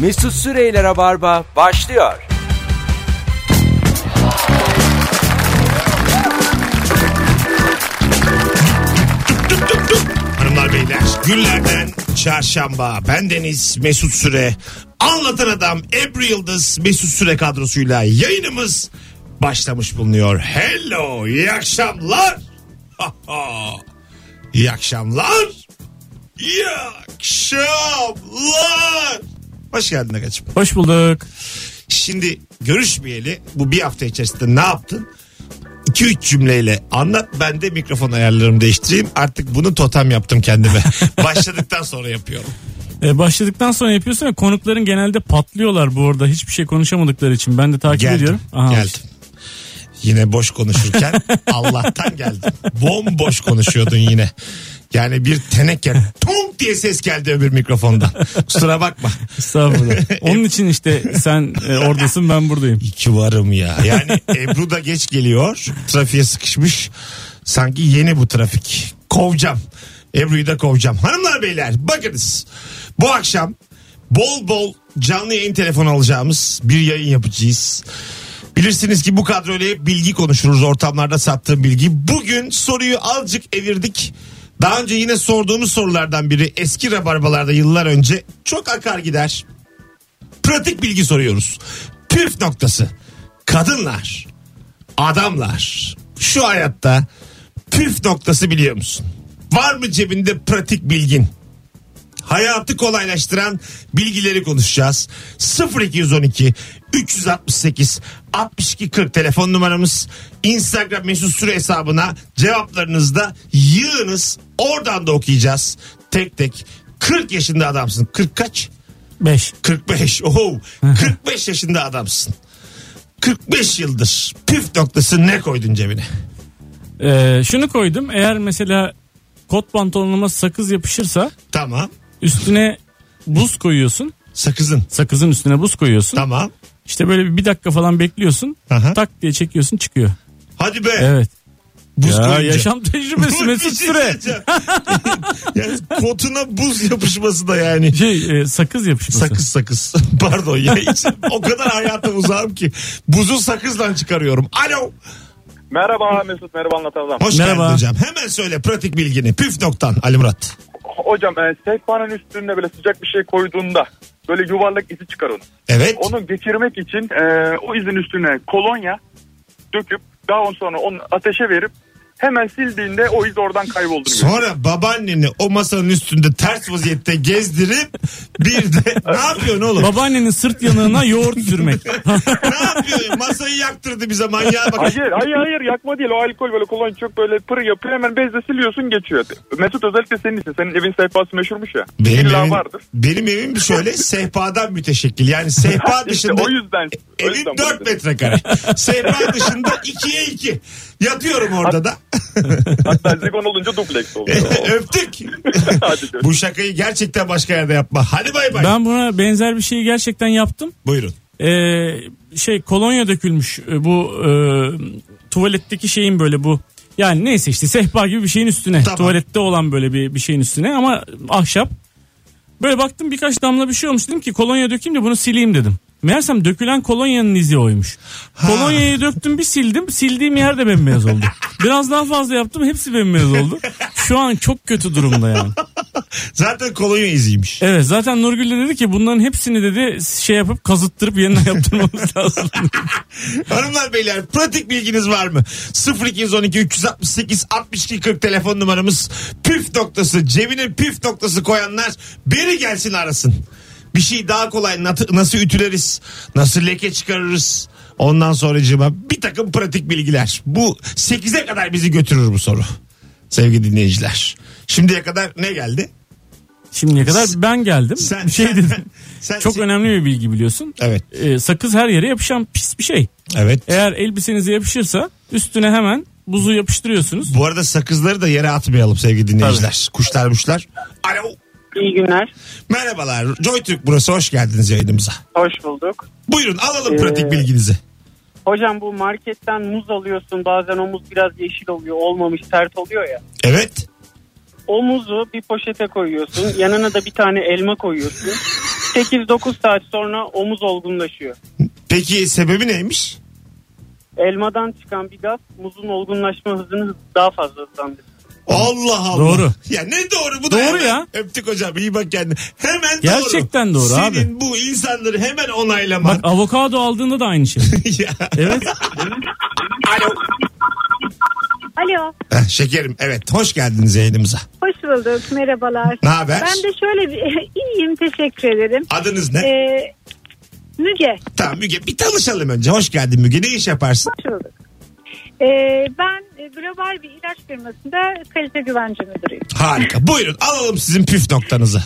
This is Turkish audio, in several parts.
Mesut Süreyle Rabarba başlıyor. Hanımlar beyler günlerden çarşamba bendeniz Mesut Süre anlatan adam Ebru Yıldız Mesut Süre kadrosuyla yayınımız başlamış bulunuyor. Hello iyi akşamlar. iyi akşamlar. İyi akşamlar. Hoş geldin Agacığım. Hoş bulduk. Şimdi görüşmeyeli bu bir hafta içerisinde ne yaptın? 2-3 cümleyle anlat ben de mikrofon ayarlarımı değiştireyim. Artık bunu totem yaptım kendime. Başladıktan sonra yapıyorum. Ee, başladıktan sonra yapıyorsun ve konukların genelde patlıyorlar bu arada. Hiçbir şey konuşamadıkları için. Ben de takip Geldim. ediyorum. Geldim. Yine boş konuşurken Allah'tan geldim. Bomboş konuşuyordun yine. Yani bir teneke tonk diye ses geldi öbür mikrofondan. Kusura bakma. Estağfurullah. Onun için işte sen e, oradasın ben buradayım. İki varım ya. Yani Ebru da geç geliyor. Trafiğe sıkışmış. Sanki yeni bu trafik. Kovacağım. Ebru'yu da kovacağım. Hanımlar beyler bakınız. Bu akşam bol bol canlı yayın telefonu alacağımız bir yayın yapacağız. Bilirsiniz ki bu kadroyla hep bilgi konuşuruz ortamlarda sattığım bilgi. Bugün soruyu azıcık evirdik. Daha önce yine sorduğumuz sorulardan biri eski rabarbalarda yıllar önce çok akar gider pratik bilgi soruyoruz. Püf noktası. Kadınlar, adamlar şu hayatta püf noktası biliyor musun? Var mı cebinde pratik bilgin? Hayatı kolaylaştıran bilgileri konuşacağız. 0212 368 62 40 telefon numaramız. Instagram mesut süre hesabına cevaplarınızı da yığınız. Oradan da okuyacağız. Tek tek 40 yaşında adamsın. 40 kaç? 5. 45. Oho. 45 yaşında adamsın. 45 yıldır püf noktası ne koydun cebine? E, şunu koydum. Eğer mesela kot pantolonuma sakız yapışırsa Tamam. üstüne buz koyuyorsun. Sakızın. Sakızın üstüne buz koyuyorsun. Tamam. İşte böyle bir- bir dakika falan bekliyorsun. Aha. Tak diye çekiyorsun çıkıyor. Hadi be. Evet. Buz ya koyunca. şey yaşam tecrübesi Mesut Süre. yani kotuna buz yapışması da yani. Şey e, sakız yapışması. Sakız sakız. Pardon ya. hiç o kadar hayata uzağım ki. Buzu sakızla çıkarıyorum. Alo. Merhaba Mesut, merhaba anlatan adam. Hoş Merhaba. geldin hocam. Hemen söyle pratik bilgini. Püf noktan Ali Murat. Hocam e, sehpanın üstüne böyle sıcak bir şey koyduğunda böyle yuvarlak izi çıkar onun. Evet. Onu geçirmek için e, o izin üstüne kolonya döküp daha on sonra onu ateşe verip hemen sildiğinde o iz oradan kayboldu. Sonra babaanneni o masanın üstünde ters vaziyette gezdirip bir de ne yapıyorsun oğlum? Babaannenin sırt yanığına yoğurt sürmek. ne yapıyorsun? Masayı yaktırdı bize manyağa bak. Hayır hayır hayır yakma değil o alkol böyle kolonya çok böyle pır yapıyor hemen bezle siliyorsun geçiyor. Mesut özellikle senin için senin evin sehpası meşhurmuş ya. Benim İlla evim, vardır. benim evim şöyle sehpadan müteşekkil. Yani sehpa İşte dışında o yüzden. o evim yüzden 4 metrekare. sehpa dışında 2'ye 2. Yatıyorum orada da. Hatta zigon olunca dubleks oluyor. Öptük. Hadi görüşürüz. Bu şakayı gerçekten başka yerde yapma. Hadi bay bay. Ben buna benzer bir şeyi gerçekten yaptım. Buyurun. Ee, şey kolonya dökülmüş e, bu e, tuvaletteki şeyin böyle bu yani neyse işte sehpa gibi bir şeyin üstüne Tamam. tuvalette olan böyle bir, bir şeyin üstüne ama ahşap böyle baktım birkaç damla bir şey olmuş dedim ki kolonya dökeyim de bunu sileyim dedim. Meğersem dökülen kolonyanın izi oymuş. Kolonyayı döktüm bir sildim sildiğim yer de bembeyaz oldu. Biraz daha fazla yaptım hepsi bembeyaz oldu. Şu an çok kötü durumda yani. Zaten kolonya iziymiş. Evet zaten Nurgül de dedi ki bunların hepsini dedi şey yapıp kazıttırıp yeniden yaptırmamız lazım. Hanımlar beyler pratik bilginiz var mı? 0212 368 62 40 telefon numaramız. Püf noktası cebine püf noktası koyanlar biri gelsin arasın. Bir şey daha kolay nat- nasıl ütüleriz? Nasıl leke çıkarırız? Ondan sonracığıma bir takım pratik bilgiler. Bu 8'e kadar bizi götürür bu soru. Sevgili dinleyiciler. Şimdiye kadar ne geldi? Şimdiye kadar ben geldim. Sen- bir şey sen- dedim. sen- Çok sen- önemli bir bilgi biliyorsun. Evet. Ee, sakız her yere yapışan pis bir şey. Evet. Eğer elbisenize yapışırsa üstüne hemen buzu yapıştırıyorsunuz. Bu arada sakızları da yere atmayalım sevgili dinleyiciler. Kuşlar muşlar. Alo. İyi günler. Merhabalar. JoyTürk burası. Hoş geldiniz yayınımıza. Hoş bulduk. Buyurun alalım Ee, pratik bilginizi. Hocam bu marketten muz alıyorsun bazen o muz biraz yeşil oluyor olmamış sert oluyor ya. Evet. O muzu bir poşete koyuyorsun yanına da bir tane elma koyuyorsun. 8-9 saat sonra omuz olgunlaşıyor. Peki sebebi neymiş? Elmadan çıkan bir gaz muzun olgunlaşma hızını daha fazla hızlandırır. Allah Allah. Doğru. Ya ne doğru bu da Doğru hemen. ya. Öptük hocam iyi bak kendine. Hemen doğru. Gerçekten doğru Senin abi. Senin bu insanları hemen Bak onaylaman. avokado aldığında da aynı şey. Ya. Evet. Alo, e- Heh, Şekerim evet hoş geldiniz yayınımıza. hoş bulduk. Merhabalar. Ne haber? Ben de şöyle bir iyiyim, teşekkür ederim. Adınız ne? Ee, Müge, Tamam Müge bir tanışalım önce. Hoş geldin Müge. Ne iş yaparsın? hoş bulduk. Ee, ben e, global bir ilaç firmasında kalite güvence müdürüyüm. Harika. Buyurun alalım sizin püf noktanızı.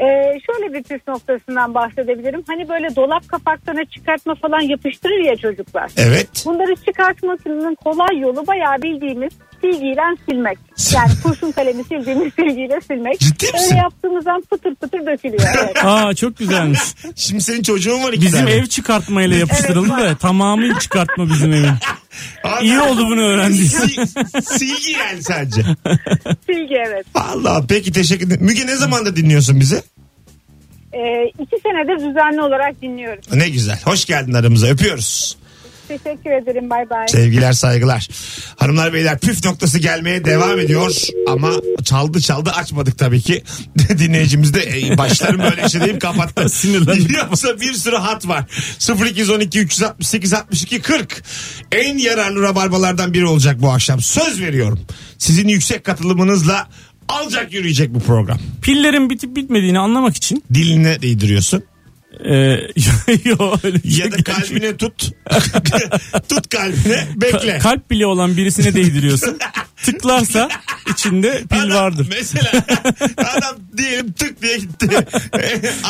Ee, şöyle bir püf noktasından bahsedebilirim. Hani böyle dolap kapaklarına çıkartma falan yapıştırır ya çocuklar. Evet. Bunları çıkartmasının kolay yolu bayağı bildiğimiz silgiyle silmek. Yani kurşun kalemi sildiğimiz silgiyle silmek. Ciddi misin? Öyle yaptığımızdan pıtır pıtır dökülüyor. Evet. Aa çok güzelmiş. Şimdi senin çocuğun var iki Bizim tane. ev çıkartmayla yapıştırıldı Evet, da tamamı çıkartma bizim evin. Abi- İyi oldu bunu öğrendiysen. Si- Silgi yani sadece. Silgi evet. Allah peki teşekkür ederim. Müge ne zamandır dinliyorsun bizi? Ee, iki senedir düzenli olarak dinliyoruz. Ne güzel. Hoş geldin aramıza. Öpüyoruz. Teşekkür ederim. Bay bay. Sevgiler saygılar. Hanımlar beyler püf noktası gelmeye devam ediyor ama çaldı çaldı açmadık tabii ki. Dinleyicimiz de "Ey, başlarım böyle işe deyip kapattı. Sinirlendim. Yoksa bir sürü hat var. 0212 368 62 40 en yararlı rabarbalardan biri olacak bu akşam. Söz veriyorum. Sizin yüksek katılımınızla alacak yürüyecek bu program. Pillerin bitip bitmediğini anlamak için Diline değdiriyorsun. e, yo, öyle bir şey Ya da gerçek- kalbine tut. tut kalbine bekle. Ka- kalp bile olan birisine değdiriyorsun. Tıklarsa içinde pil Adam- vardır. Mesela adam diyelim tık diye gitti.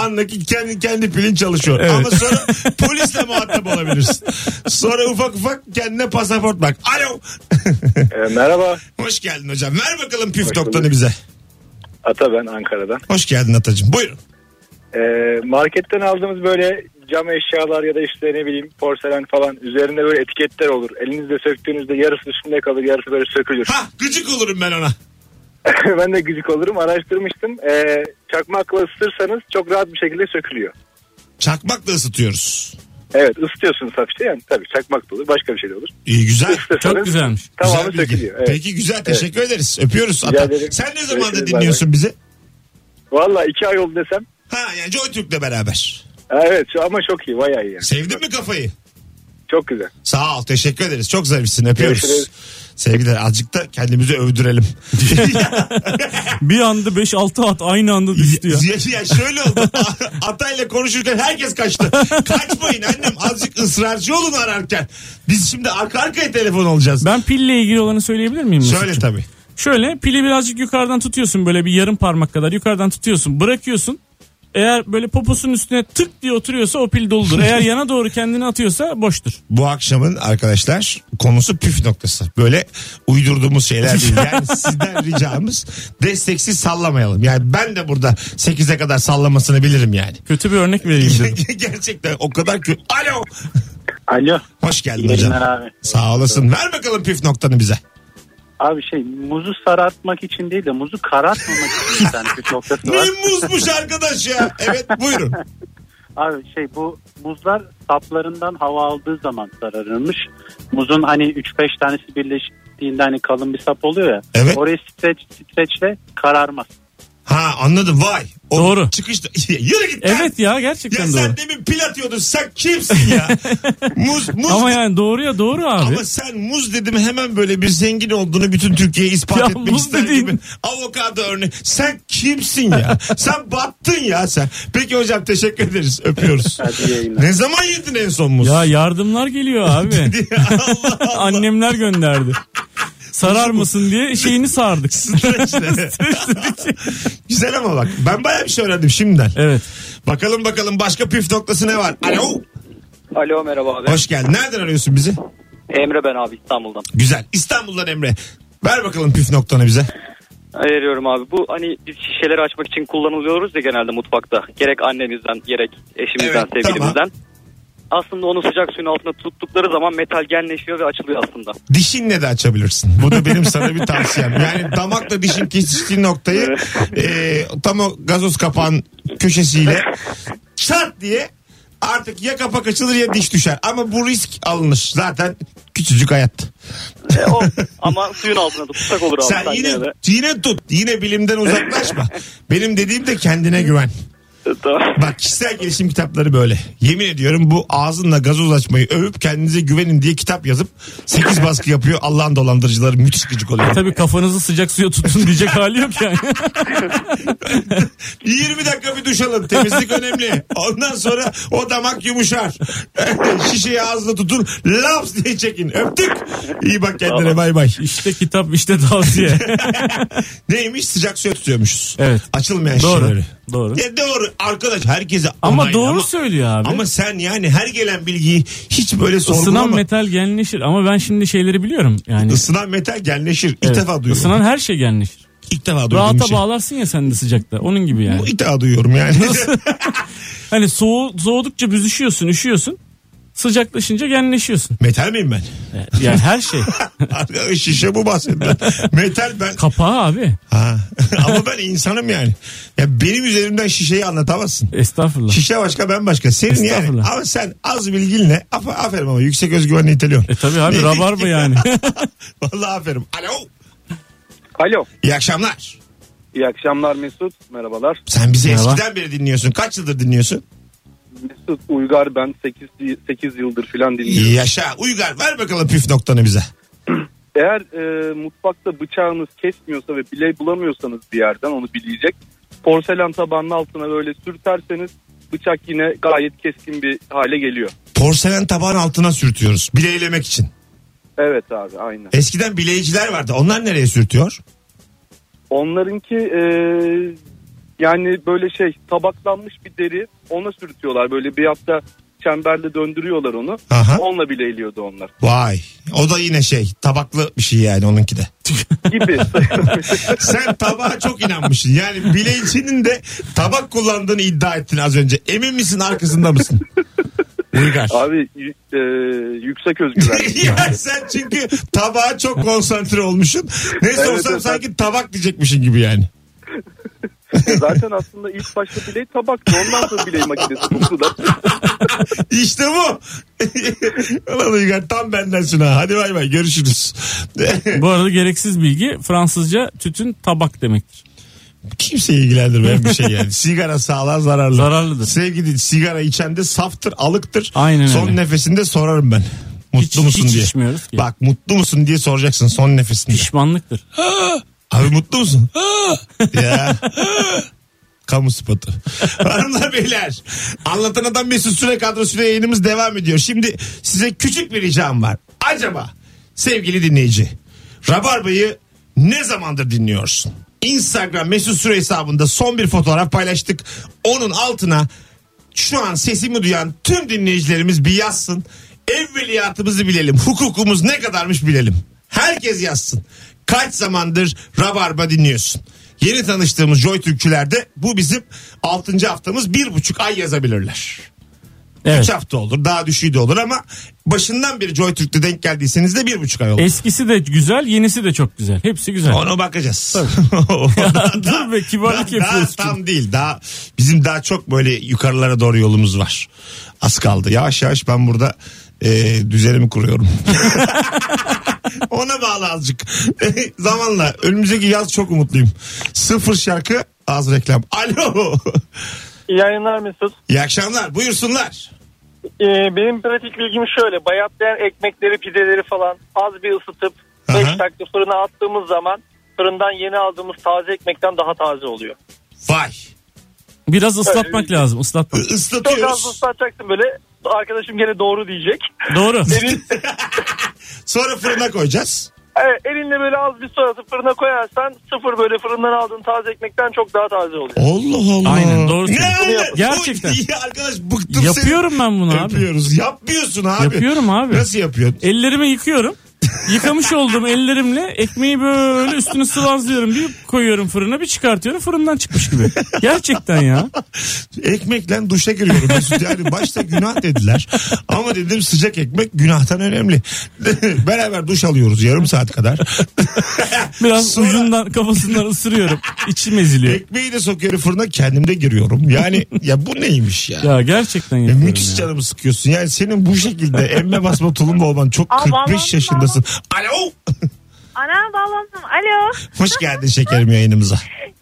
Anlaki kendi kendi pilin çalışıyor. Evet. Ama sonra polisle muhatap olabilirsin. Sonra ufak ufak kendine pasaport bak. Alo. E, merhaba. Hoş geldin hocam. Ver bakalım püf Hoş noktanı bulduk. bize. Ata ben Ankara'dan. Hoş geldin Atacığım. Buyurun. Ee, marketten aldığımız böyle cam eşyalar ya da işte ne bileyim porselen falan üzerinde böyle etiketler olur. Elinizle söktüğünüzde yarısı üstünde kalır yarısı böyle sökülür. Ha gıcık olurum ben ona. ben de gıcık olurum araştırmıştım. Ee, çakmakla ısıtırsanız çok rahat bir şekilde sökülüyor. Çakmakla ısıtıyoruz. Evet ısıtıyorsunuz hafifçe yani tabii çakmak da olur başka bir şey de olur. İyi güzel. Isıtırsanız Çok güzelmiş. Tamamı Güzel bilgi. sökülüyor. Evet. Peki güzel teşekkür ederiz. Öpüyoruz Rica Ata. ederim. Sen ne zamandır Görüşürüz, bay dinliyorsun bizi? Valla iki ay oldu desem. Ha yani Joytürk'le beraber. Evet şu- ama çok iyi bayağı iyi yani. Sevdin mi kafayı? Çok güzel. Sağ ol teşekkür ederiz. Çok zarifsin öpüyoruz. Görüşürüz. Sevgiler azıcık da kendimizi övdürelim. Bir anda 5-6 at aynı anda düştü ya. ya, ya şöyle oldu. A- Atayla konuşurken herkes kaçtı. Kaçmayın annem azıcık ısrarcı olun ararken. Biz şimdi arka arkaya telefon olacağız. Ben pille ilgili olanı söyleyebilir miyim? Söyle Mesut'cum? tabii. Şöyle pili birazcık yukarıdan tutuyorsun böyle bir yarım parmak kadar yukarıdan tutuyorsun bırakıyorsun. Eğer böyle poposunun üstüne tık diye oturuyorsa o pil doludur. Eğer yana doğru kendini atıyorsa boştur. Bu akşamın arkadaşlar konusu püf noktası. Böyle uydurduğumuz şeyler değil. Yani sizden ricamız desteksiz sallamayalım. Yani ben de burada 8'e kadar sallamasını bilirim yani. Kötü bir örnek vereyim dedim. Gerçekten o kadar ki. Alo. Alo. Hoş geldin İyi hocam. günler abi. Sağ olasın. Ver bakalım püf noktanı bize. Abi şey muzu sarartmak için değil de muzu karartmamak için bir tane püf noktası Ne var. muzmuş arkadaş ya. Evet buyurun. Abi şey bu muzlar saplarından hava aldığı zaman sararılmış. Muzun hani 3-5 tanesi birleştiğinde hani kalın bir sap oluyor ya. Evet. Orayı streç, streçle kararmaz. Ha anladım vay. O Doğru. Çıkışta. Yürü git. lan. Evet ya Ya gerçekten doğru. sen demin pil atıyordun sen kimsin ya? muz, muz. Ama Ama, yani doğru ya doğru abi. sen muz dedim hemen böyle bir zengin olduğunu bütün Türkiye'ye ispat Ya etmek muz ister dediğin- gibi. Avokado örneği. Sen kimsin ya? sen battın ya sen. Peki hocam teşekkür ederiz. Öpüyoruz. Hadi yayınlar. ne zaman yedin en son muz? Ya yardımlar geliyor abi. Allah Allah. Annemler gönderdi. Sarar mısın diye şeyini sardık. İşte. Güzel ama bak ben bayağı bir şey öğrendim şimdiden. Evet. Bakalım bakalım başka püf noktası ne var? Alo. Alo merhaba abi. Hoş geldin. Nereden arıyorsun bizi? Emre ben abi İstanbul'dan. Güzel. İstanbul'dan Emre. Ver bakalım püf noktanı bize. Veriyorum abi. Bu hani biz şişeleri açmak için kullanılıyoruz ya genelde mutfakta. Gerek annemizden gerek eşimizden Evet, sevgilimizden. Aslında onu sıcak suyun altında tuttukları zaman metal genleşiyor ve açılıyor aslında. Dişinle de açabilirsin. Bu da benim sana bir tavsiyem. Yani damakla dişin kesiştiği noktayı e, tam o gazoz kapağın köşesiyle çat diye artık ya kapak açılır ya diş düşer. Ama bu risk alınır. Zaten küçücük hayat. E, o ama suyun altında tutsak olur abi. Sen sanki yine, de. yine tut. Yine bilimden uzaklaşma. Benim dediğim de kendine güven. E, tamam. Bak kişisel gelişim kitapları böyle. Yemin ediyorum bu ağzınla gazoz açmayı övüp kendinize güvenin diye kitap yazıp 8 baskı yapıyor. Allah'ın dolandırıcıları müthiş gıcık oluyor. Tabii kafanızı sıcak suya tutun diyecek hali yok yani. 20 dakika bir duş alın. Temizlik önemli. Ondan sonra o damak yumuşar. Şişeyi ağzına tutun. Laps diye çekin. Öptük. İyi bak kendine bay bay. işte kitap işte tavsiye. Neymiş? Sıcak suya tutuyormuşuz. Evet. Açılmayan doğru. şişeleri. Doğru. Ya doğru arkadaş herkese Ama onayla doğru ama- söylüyor abi. Ama sen yani her gelen bilgiyi hiç böyle sorgulama. Isınan Isınan, metal genleşir ama ben şimdi şeyleri biliyorum yani. metal genleşir. İlk Evet. defa duyuyorum. Isınan her şey genleşir. İlk defa duyduğum Rahata şey. bağlarsın ya sen de sıcakta. Onun gibi yani. Bu ilk defa duyuyorum yani. Hani soğu, soğudukça büzüşüyorsun, üşüyorsun. Sıcaklaşınca genleşiyorsun. metal miyim ben? Yani her şey. Arkadaş, Şişe bu bahsedilen. metal ben. Kapağı abi. Ha. Ama ben insanım yani. Ya benim üzerimden şişeyi anlatamazsın. Estağfurullah. Şişe başka ben başka. Senin yani. Estağfurullah. Ama sen az bilginle af aferin ama yüksek özgüvenle iteliyorsun. E tabi abi Ne- rabarba yani. Vallahi aferin. Alo. Alo. İyi akşamlar. İyi akşamlar Mesut. Merhabalar. Sen bizi Merhaba. eskiden beri dinliyorsun. Kaç yıldır dinliyorsun? Mesut Uygar ben 8, 8 yıldır filan dinliyorum. Yaşa. Uygar ver bakalım püf noktanı bize. Eğer e, mutfakta bıçağınız kesmiyorsa ve bile bulamıyorsanız bir yerden onu bileyecek. Porselen tabanın altına böyle sürterseniz bıçak yine gayet keskin bir hale geliyor. Porselen tabağın altına sürtüyoruz. Bileylemek için. Evet abi aynen. Eskiden bileyciler vardı. Onlar nereye sürtüyor? Onlarınki e, yani böyle şey tabaklanmış bir deri ona sürtüyorlar. Böyle bir hafta çemberle döndürüyorlar onu. Aha. Onunla bile eliyordu onlar. Vay. O da yine şey tabaklı bir şey yani onunki de. Gibi. Sen tabağa çok inanmışsın. Yani bileycinin de tabak kullandığını iddia ettin az önce. Emin misin arkasında mısın? Uygar. Abi y- e, yüksek özgüven. ya sen çünkü tabağa çok konsantre olmuşsun. Ne sorsam evet. sanki tabak diyecekmişin gibi yani. Zaten aslında ilk başta bileği tabaktı. Ondan sonra bileği makinesi buldular. İşte bu. Ulan Uygar tam bendensin ha. Hadi bay bay görüşürüz. Bu arada gereksiz bilgi Fransızca tütün tabak demektir. Kimseyi ilgilendirmeyen bir şey yani. Sigara sağlığa zararlı. Zararlıdır. Sevgili sigara içen de saftır, alıktır. Aynen son öyle. nefesinde sorarım ben. Mutlu Hiç- musun hiç diye. içmiyoruz ki. Bak mutlu musun diye soracaksın son nefesinde. Pişmanlıktır. Abi mutlu musun? ya. Kamu spotu. Hanımlar beyler. Anlatan adam Mesut Süre kadrosuyla yayınımız devam ediyor. Şimdi size küçük bir ricam var. Acaba sevgili dinleyici Rabarba'yı ne zamandır dinliyorsun? Instagram Mesut Süre hesabında son bir fotoğraf paylaştık. Onun altına şu an sesimi duyan tüm dinleyicilerimiz bir yazsın. Evveliyatımızı bilelim. Hukukumuz ne kadarmış bilelim. Herkes yazsın. Kaç zamandır Rabarba dinliyorsun? Yeni tanıştığımız Joy Türkçülerde bu bizim 6. haftamız bir buçuk ay yazabilirler. 3 Evet. hafta olur daha düşüğü de olur ama başından beri Joy Türk'te denk geldiyseniz de bir buçuk ay olur. Eskisi de güzel, yenisi de çok güzel. Hepsi güzel. Ona bakacağız. Dur be, kibarlık daha, daha yapıyorsun. tam değil. Daha bizim daha çok böyle yukarılara doğru yolumuz var. Az kaldı. Yavaş yavaş ben burada e, düzenimi kuruyorum. Ona bağlı azıcık. Zamanla önümüzdeki yaz çok umutluyum. Sıfır şarkı az reklam. Alo. İyi yayınlar Mesut. İyi akşamlar. Buyursunlar. Ee, benim pratik bilgim şöyle. Bayatlayan ekmekleri, pideleri falan az bir ısıtıp Aha. 5 dakika fırına attığımız zaman fırından yeni aldığımız taze ekmekten daha taze oluyor. Vay. Biraz ıslatmak lazım, ıslatmak. Çok az Islatıyoruz. ıslatacaksın böyle. Arkadaşım gene doğru diyecek. Doğru. Elin, Sonra fırına koyacağız. evet, E, elinle böyle az bir su atıp fırına koyarsan sıfır böyle fırından aldığın taze ekmekten çok daha taze oluyor. Allah Allah. Aynen, doğru Ne söylüyorsun. alaka? Gerçekten. Oy, ya arkadaş bıktım seni. Yapıyorum ben bunu abi. Yapıyoruz. Yapıyorsun abi. Yapıyorum abi. E- Nasıl yapıyorsun? Ellerimi yıkıyorum. Yıkamış olduğum ellerimle ekmeği böyle üstünü sıvazlıyorum. Bir koyuyorum fırına bir çıkartıyorum fırından çıkmış gibi. Gerçekten ya. Ekmekle duşa giriyorum Mesut. Yani başta günah dediler. Ama dedim sıcak ekmek günahtan önemli. Beraber duş alıyoruz yarım saat kadar. Biraz Sonra- ucundan kafasından ısırıyorum. İçim eziliyor. Ekmeği de sokuyorum fırına kendim de giriyorum. Yani ya bu neymiş ya? Ya gerçekten E, yapıyorum müthiş ya. canımı sıkıyorsun. Yani senin bu şekilde emme basma tulumba olman çok Aa, 45 vallahi- yaşındasın. Alo. Ana bağlandım. Alo. Hoş geldin şekerim yayınımıza.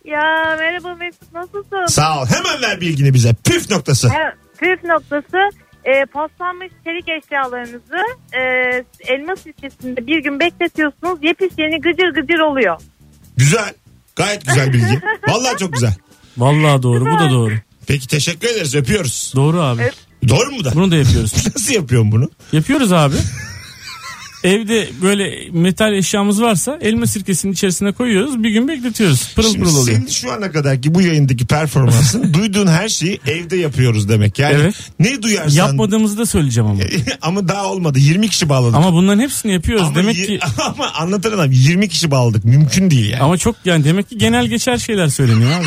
Ya merhaba Mesut nasılsın? Sağ ol. Hemen ver bilgini bize. Püf noktası. Evet, püf noktası e, paslanmış çelik eşyalarınızı e, elma sirkesinde bir gün bekletiyorsunuz. Yepis yeni gıcır gıcır oluyor. Güzel. Gayet güzel bilgi. Vallahi çok güzel. Vallahi doğru bu da doğru. Peki teşekkür ederiz. Öpüyoruz. Doğru abi. Doğru mu bu da? Bunu da yapıyoruz. Nasıl yapıyorsun bunu? Yapıyoruz abi. Evde böyle metal eşyamız varsa elma sirkesinin içerisine koyuyoruz. Bir gün bekletiyoruz. Pırıl Şimdi pırıl oluyor. senin şu ana kadarki bu yayındaki performansın duyduğun her şeyi evde yapıyoruz demek. Yani Evet. ne duyarsan Yapmadığımızı da söyleyeceğim Ee, ama. ama daha olmadı. 20 kişi bağladık. Ama bunların hepsini yapıyoruz. Ama demek yi- ki ama anlatan adam 20 kişi bağladık. Mümkün değil yani. ama çok yani demek ki genel geçer şeyler söyleniyor abi.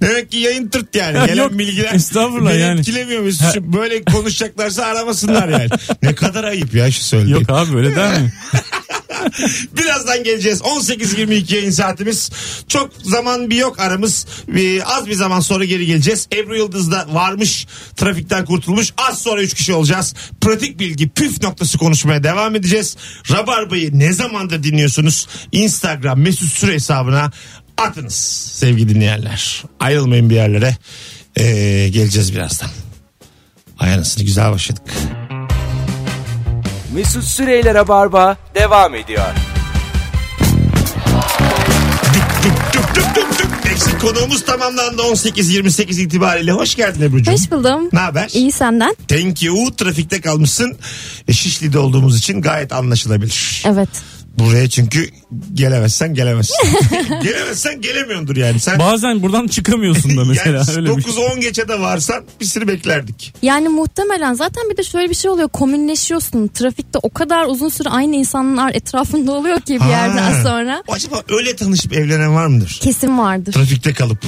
Demek ki yayın tırt yani. Yok, Gelen bilgiler estağfurullah beni yani. etkilemiyor Mesut'cum. Böyle konuşacaklarsa aramasınlar yani. ne kadar ayıp ya şu söylediğin. Yok abi öyle der mi? Birazdan geleceğiz. 18.22 yayın saatimiz. Çok zaman bir yok aramız. Ee, az bir zaman sonra geri geleceğiz. Ebru Yıldız da varmış. Trafikten kurtulmuş. Az sonra 3 kişi olacağız. Pratik bilgi püf noktası konuşmaya devam edeceğiz. Rabarba'yı ne zamandır dinliyorsunuz? Instagram mesut süre hesabına atınız sevgili dinleyenler. Ayrılmayın bir yerlere. Ee, geleceğiz birazdan. Ay anasını güzel başladık. Mesut Süreyler'e barba devam ediyor. Tüp tüp tüp tüp. Eksik konuğumuz tamamlandı 18-28 itibariyle. Hoş geldin Ebru'cum. Hoş buldum. Ne haber? İyi senden. Thank you. Trafikte kalmışsın. E, Şişli'de olduğumuz için gayet anlaşılabilir. Evet. Buraya çünkü gelemezsen gelemezsin. gelemezsen gelemiyordur yani. Sen Bazen buradan çıkamıyorsun da mesela yani öyle bir şey. 9-10 geçe de varsan bir sürü beklerdik. Yani muhtemelen zaten bir de şöyle bir şey oluyor. Komünleşiyorsun. Trafikte o kadar uzun süre aynı insanlar etrafında oluyor ki bir Ha. yerden sonra. Acaba öyle tanışıp evlenen var mıdır? Kesin vardır. Trafikte kalıp.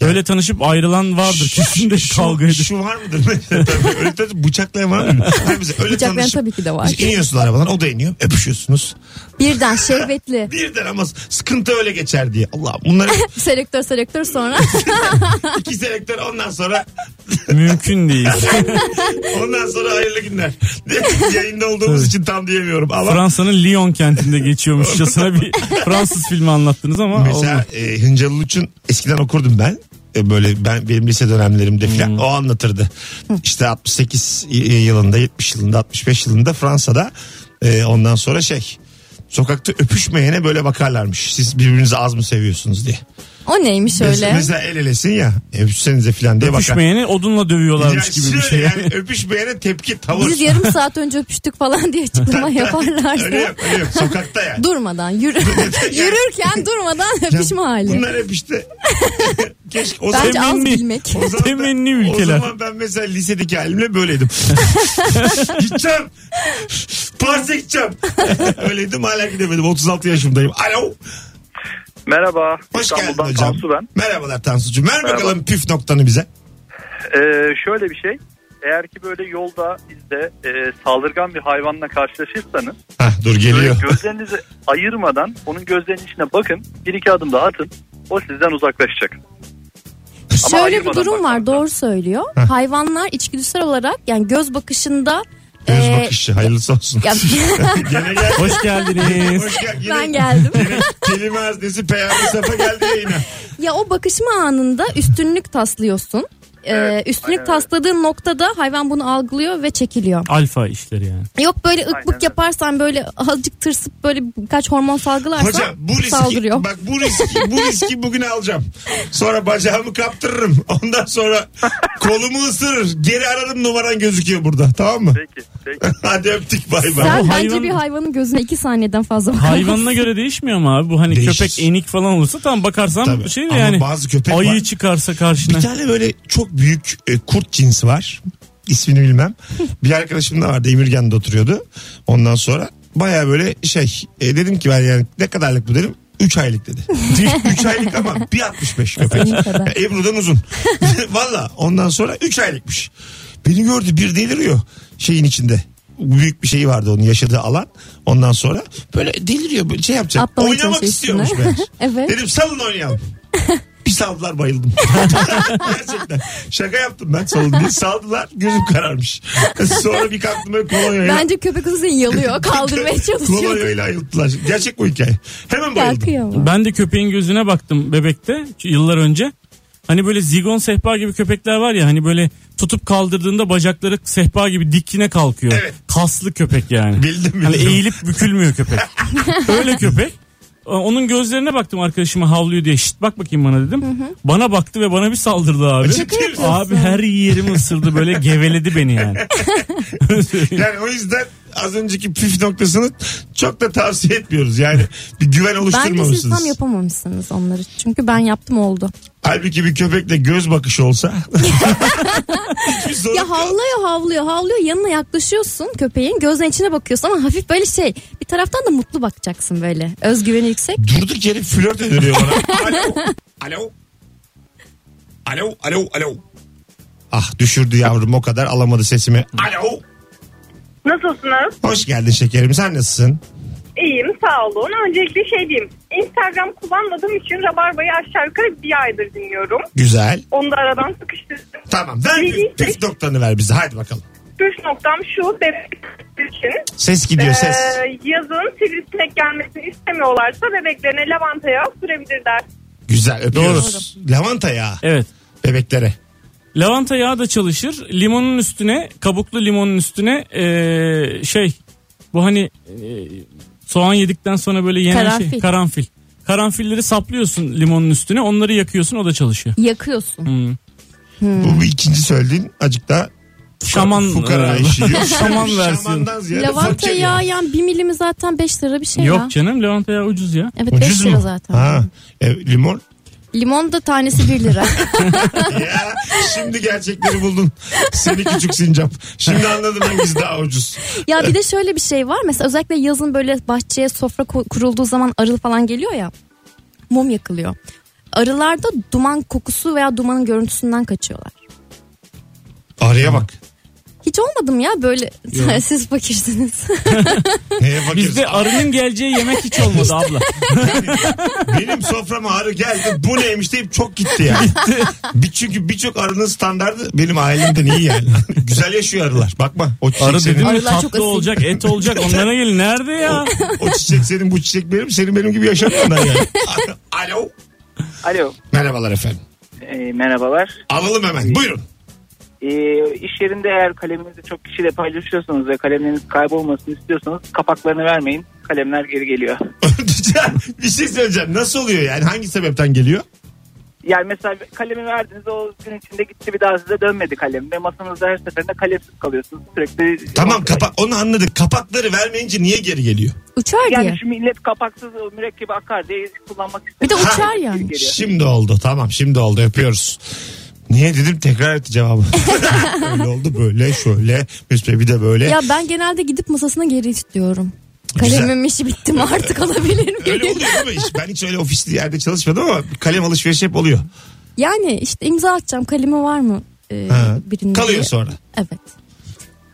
Öyle tanışıp ayrılan vardır kesin de şu, kavga edip. şu var mıdır? Tabii, öyle tanışıp bıçaklayan var mı? Hayır, mesela öyle Bıçaklayan tanışıp- tabii ki de var. İniyorsun arabadan o da iniyor. Öpüşüyorsunuz. Birden şehvetli. Birden ama sıkıntı öyle geçer diye. Allah bunlar selektör selektör sonra. iki selektör ondan sonra Mümkün değil. Ondan sonra hayırlı günler. Yayında olduğumuz Tabii. için tam diyemiyorum. Ama Fransa'nın Lyon kentinde geçiyormuşçasına bir Fransız filmi anlattınız ama mesela olmadı. e, Hıncalı Luç'un eskiden okurdum ben. E, böyle ben benim lise dönemlerimde falan o anlatırdı. İşte 68 y- yılında, 70 yılında, 65 yılında Fransa'da e, ondan sonra şey sokakta öpüşmeyene böyle bakarlarmış. Siz birbirinizi az mı seviyorsunuz diye. o neymiş Mes- öyle? Mesela el elesin ya e, öpüşsenize falan diye bakar. Öpüşmeyeni odunla dövüyorlarmış Ya gibi bir şöyle şey. yani öpüşmeyene tepki tavır. Biz yarım saat önce öpüştük falan diye açıklama öyle yaparlarsa. yap, öyle yap. Sokakta yani. durmadan yürü. Yürürken durmadan Ya öpüşme hali. Bunlar hep işte. Keşke o Bence az Temenni. bilmek. o zaman Temenni ben- ülkeler. O zaman ben mesela lisedeki halimle böyleydim. gideceğim. Pars'a gideceğim. Öyleydim hala gidemedim. 36 yaşımdayım. Alo. Merhaba. Hoş İstanbul'dan geldin hocam. Tansu ben. Merhabalar Tansu'cum. Ver Merhaba. bakalım püf noktanı bize. Ee, şöyle bir şey. Eğer ki böyle yolda bizde e, saldırgan bir hayvanla karşılaşırsanız Hah, dur böyle geliyor. gözlerinizi ayırmadan onun gözlerinin içine bakın. Bir iki adım daha atın. O sizden uzaklaşacak. Ama Şöyle bir ayırmadan durum var bakmak doğru söylüyor. Heh. Hayvanlar içgüdüsel olarak yani göz bakışında Göz e, bakışı hayırlısı olsun. ya, Gene gel. Hoş geldiniz. Hoş gel. Yine, ben geldim. Yine kelime haznesi Peyami Safa geldi yayına. ya o bakışma anında üstünlük taslıyorsun. E, Evet, üstünlük aynen öyle. tasladığın noktada hayvan bunu algılıyor ve çekiliyor. Alfa işleri yani. Yok böyle Aynen ıkbık öyle. yaparsan böyle azıcık tırsıp böyle birkaç hormon salgılarsan Hocam bu riski saldırıyor. bak bu riski bu riski bugün alacağım. Sonra bacağımı kaptırırım. Ondan sonra kolumu ısırır. Geri ararım numaran gözüküyor burada. Tamam mı? Peki, peki. Hadi öptük bay bay. Sen bu bence hayvan- bir hayvanın gözüne iki saniyeden fazla bakarsın. Hayvanına göre değişmiyor mu abi? Bu hani Değişir. köpek enik falan olursa tam bakarsan Tabii. şey de Ama yani bazı köpek ayı var. çıkarsa Bir karşına. tane böyle çok büyük e, kurt cinsi var. İsmini bilmem. Bir arkadaşım da vardı. Emirgan'da oturuyordu. Ondan sonra Baya böyle şey e, dedim ki ben yani ne kadarlık bu dedim. 3 aylık dedi. 3 aylık ama 1.65 köpek. Senin kadar. Yani Ebru'dan uzun. Valla ondan sonra 3 aylıkmış. Beni gördü bir deliriyor şeyin içinde. Büyük bir şey vardı onun yaşadığı alan. Ondan sonra böyle deliriyor böyle şey yapacak. Atlamaya Oynamak çalışıyor istiyormuş üstüne. meğer. Evet. Dedim salın oynayalım. bir saldılar bayıldım. Gerçekten. Şaka yaptım ben salın diye. Saldılar gözüm kararmış. sonra bir kalktım böyle kolonyayla. Bence köpek uzun yalıyor. Kaldırmaya çalışıyor. Kolonyayla ayılttılar. Gerçek bu hikaye. Hemen bayıldım. Kalkıyor mu? Ben de köpeğin gözüne baktım bebekte yıllar önce. Hani böyle zigon sehpa gibi köpekler var ya hani böyle tutup kaldırdığında bacakları sehpa gibi dikine kalkıyor. Kaslı köpek yani. Bildim bildim. Hani eğilip bükülmüyor köpek. Öyle köpek. Ee, Onun gözlerine baktım arkadaşıma havluyor diye. Şşt bak bakayım bana dedim. Bana baktı ve bana bir saldırdı abi. Ciddi misin? Abi her yerimi ısırdı böyle geveledi beni yani. Yani o yüzden az önceki püf noktasını çok da tavsiye etmiyoruz. Yani bir güven Belki siz oluşturmamışsınız. tam yapamamışsınız onları. Çünkü ben yaptım oldu. Halbuki bir köpekle göz bakışı olsa hiçbir sorun Ya havlıyor havlıyor havlıyor yanına yaklaşıyorsun köpeğin gözüne içine bakıyorsun ama hafif böyle şey bir taraftan da mutlu bakacaksın böyle özgüveni yüksek. Durduk yere flört ediyor bana. Alo. Alo. Alo. Alo. Alo. Ah düşürdü yavrum o kadar alamadı sesimi. Alo. Nasılsınız? Hoş geldin şekerim sen nasılsın? İyiyim sağ olun. Öncelikle şey diyeyim. Instagram kullanmadığım için Rabarba'yı aşağı yukarı bir aydır dinliyorum. Güzel. Onu da aradan sıkıştırdım. Tamam ver püf, püf noktanı ver bize haydi bakalım. Püf noktam şu. Bebek için. Ses gidiyor, Ee, ses. Yazın sivrisinek gelmesini istemiyorlarsa bebeklerine lavanta yağı sürebilirler. Güzel öpüyoruz. Lavanta ya. Evet. Bebeklere. Lavanta yağı da çalışır. Limonun üstüne, kabuklu limonun üstüne eee, şey bu hani eee, soğan yedikten sonra böyle yenen Karanfil. şey karanfil. Karanfilleri saplıyorsun limonun üstüne, onları yakıyorsun o da çalışıyor. Yakıyorsun. Hmm. Bu bir ikinci söylediğin acık da Şaman fukara e, işi. şaman versiyonu. Şamandan ziyade Lavanta fakir ya. yağı yani 1 milimi zaten 5 lira bir şey ya. Yok canım lavanta yağı ucuz ya. Evet 5 lira zaten. Ha. E, limon. Limon da tanesi 1 lira. Ya şimdi gerçekleri buldun. Seni küçük sincap. Şimdi anladım hangisi daha ucuz. ya bir de şöyle bir şey var mesela özellikle yazın böyle bahçeye sofra ko- kurulduğu zaman arı falan geliyor ya mum yakılıyor. Arılarda duman kokusu veya dumanın görüntüsünden kaçıyorlar. Araya bak. Hiç olmadım ya böyle Yok. siz fakirsiniz. Neye bakıyorsun? Bizde arının geleceği yemek hiç olmadı abla. Benim soframa arı geldi bu neymiş deyip çok gitti yani. Bir, çünkü birçok arının standardı benim ailemden iyi yani. Güzel yaşıyor arılar bakma. O çiçek Arı senin, dedim mi tatlı olacak, et olacak onlara gel. Nerede ya? o çiçek senin bu çiçek benim senin benim gibi yaşamıyorlar yani. Alo. Alo. Merhabalar efendim. Ee, merhabalar. Alalım hemen buyurun. Ee, iş yerinde eğer kaleminizi çok kişiyle paylaşıyorsanız ve kalemleriniz kaybolmasını istiyorsanız kapaklarını vermeyin. Kalemler geri geliyor. bir şey söyleyeceğim nasıl oluyor yani hangi sebepten geliyor? Yani mesela kalemi verdiniz o gün içinde gitti bir daha size dönmedi kalem. Ve masanızda her seferinde kalemsiz kalıyorsunuz. Sürekli Tamam kapak onu anladık kapakları vermeyince niye geri geliyor? uçar yani diye. şu millet kapaksız o mürekkebi akar diye kullanmak Bir de istemiyor. uçar yani. Geliyor. Şimdi oldu tamam şimdi oldu öpüyoruz. Niye dedim tekrar etti cevabı. Öyle oldu böyle şöyle Mesut Bey bir de böyle. Ya ben genelde gidip masasına geri istiyorum. Güzel. Kalemim işi bitti mi artık alabilir Öyle miyim? oluyor değil mi? Hiç- Ben hiç öyle ofisli yerde çalışmadım ama kalem alışverişi hep oluyor. yani işte imza atacağım kalemi var mı e, Ha. birinin Kalıyor diye. sonra. Evet.